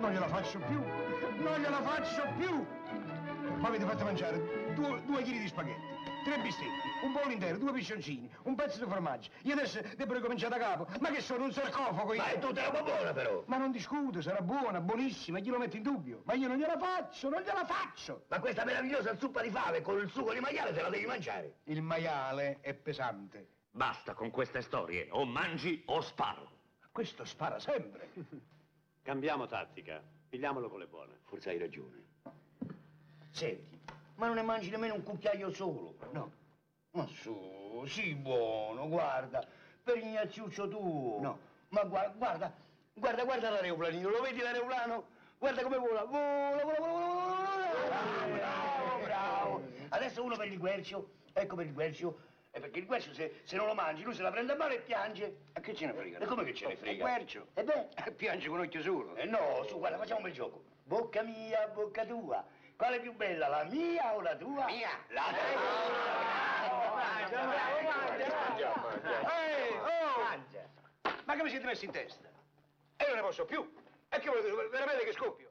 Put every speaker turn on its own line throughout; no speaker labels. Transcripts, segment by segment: Non gliela faccio più! Non gliela faccio più! Ma avete fatto mangiare due, due chili di spaghetti, tre bistecche, un pollo intero, due piscioncini, un pezzo di formaggio. Io adesso devo ricominciare da capo. Ma che sono un sarcofago io?
Ma è tutta roba buona però!
Ma non discuto, sarà buona, buonissima, glielo metto in dubbio. Ma io non gliela faccio, non gliela faccio!
Ma questa meravigliosa zuppa di fave con il sugo di maiale te la devi mangiare!
Il maiale è pesante.
Basta con queste storie, o mangi o sparo.
Questo spara sempre.
Cambiamo tattica, pigliamolo con le buone.
Forse hai ragione.
Senti, ma non ne mangi nemmeno un cucchiaio solo?
No,
Ma su, sì, buono, guarda, per Ignaziuccio tuo.
No.
Ma gua- guarda, guarda, guarda l'aeroplanino, lo vedi l'aeroplano? Guarda come vola, vola, vola, vola, vola, vola. Bravo, bravo. Adesso uno per il guercio, ecco per il guercio, è perché il guercio se, se non lo mangi lui se la prende a mano e piange.
Ma che ce ne frega?
E come che ce ne
Oh,
frega?
è guercio.
E Eh beh,
Eh,
Piange con occhio solo.
eh no, su, guarda, facciamo un bel gioco. Bocca mia, bocca tua. Quale è più bella, la mia o la tua?
Mia! Eh,
La tua!
Mangia, mangia!
Ehi, oh! Ma che mi siete messi in testa? E io ne posso più. E che volete, veramente che scoppio?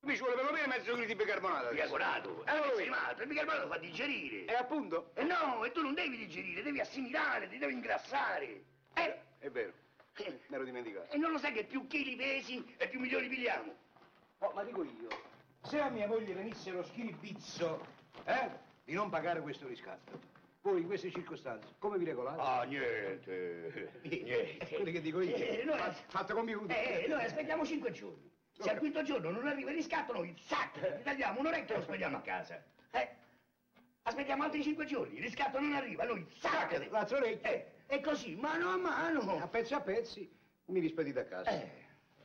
Mi ci vuole perlomeno mezzo chilo di bicarbonato. adesso.
Bicarbonato!
Eh,
Eh,
lo
non
vedi.
sei matto, il bicarbonato fa digerire!
Eh.
E appunto,
E no, e tu non devi digerire, devi assimilare, ti devi ingrassare! Eh,
è vero,
eh,
me l'ho dimenticato.
e non lo sai che più chili pesi e più milioni pigliamo?
Oh, ma dico io, se a mia moglie venisse lo schiribizzo, eh, di non pagare questo riscatto, voi in queste circostanze, come vi regolate?
Ah, niente! Niente!
Quelli che dico io.
Eh, noi-
Fa- Fatto compiuto.
Eh, noi aspettiamo cinque giorni. Se al quinto giorno non arriva il riscatto, noi zac, gli tagliamo un orecchio e lo spediamo a casa. Eh? Aspettiamo altri cinque giorni, il riscatto non arriva, noi zac!
Lazzo orecchie.
Eh, e così, mano a mano.
A pezzi a pezzi mi rispedite a casa.
Eh.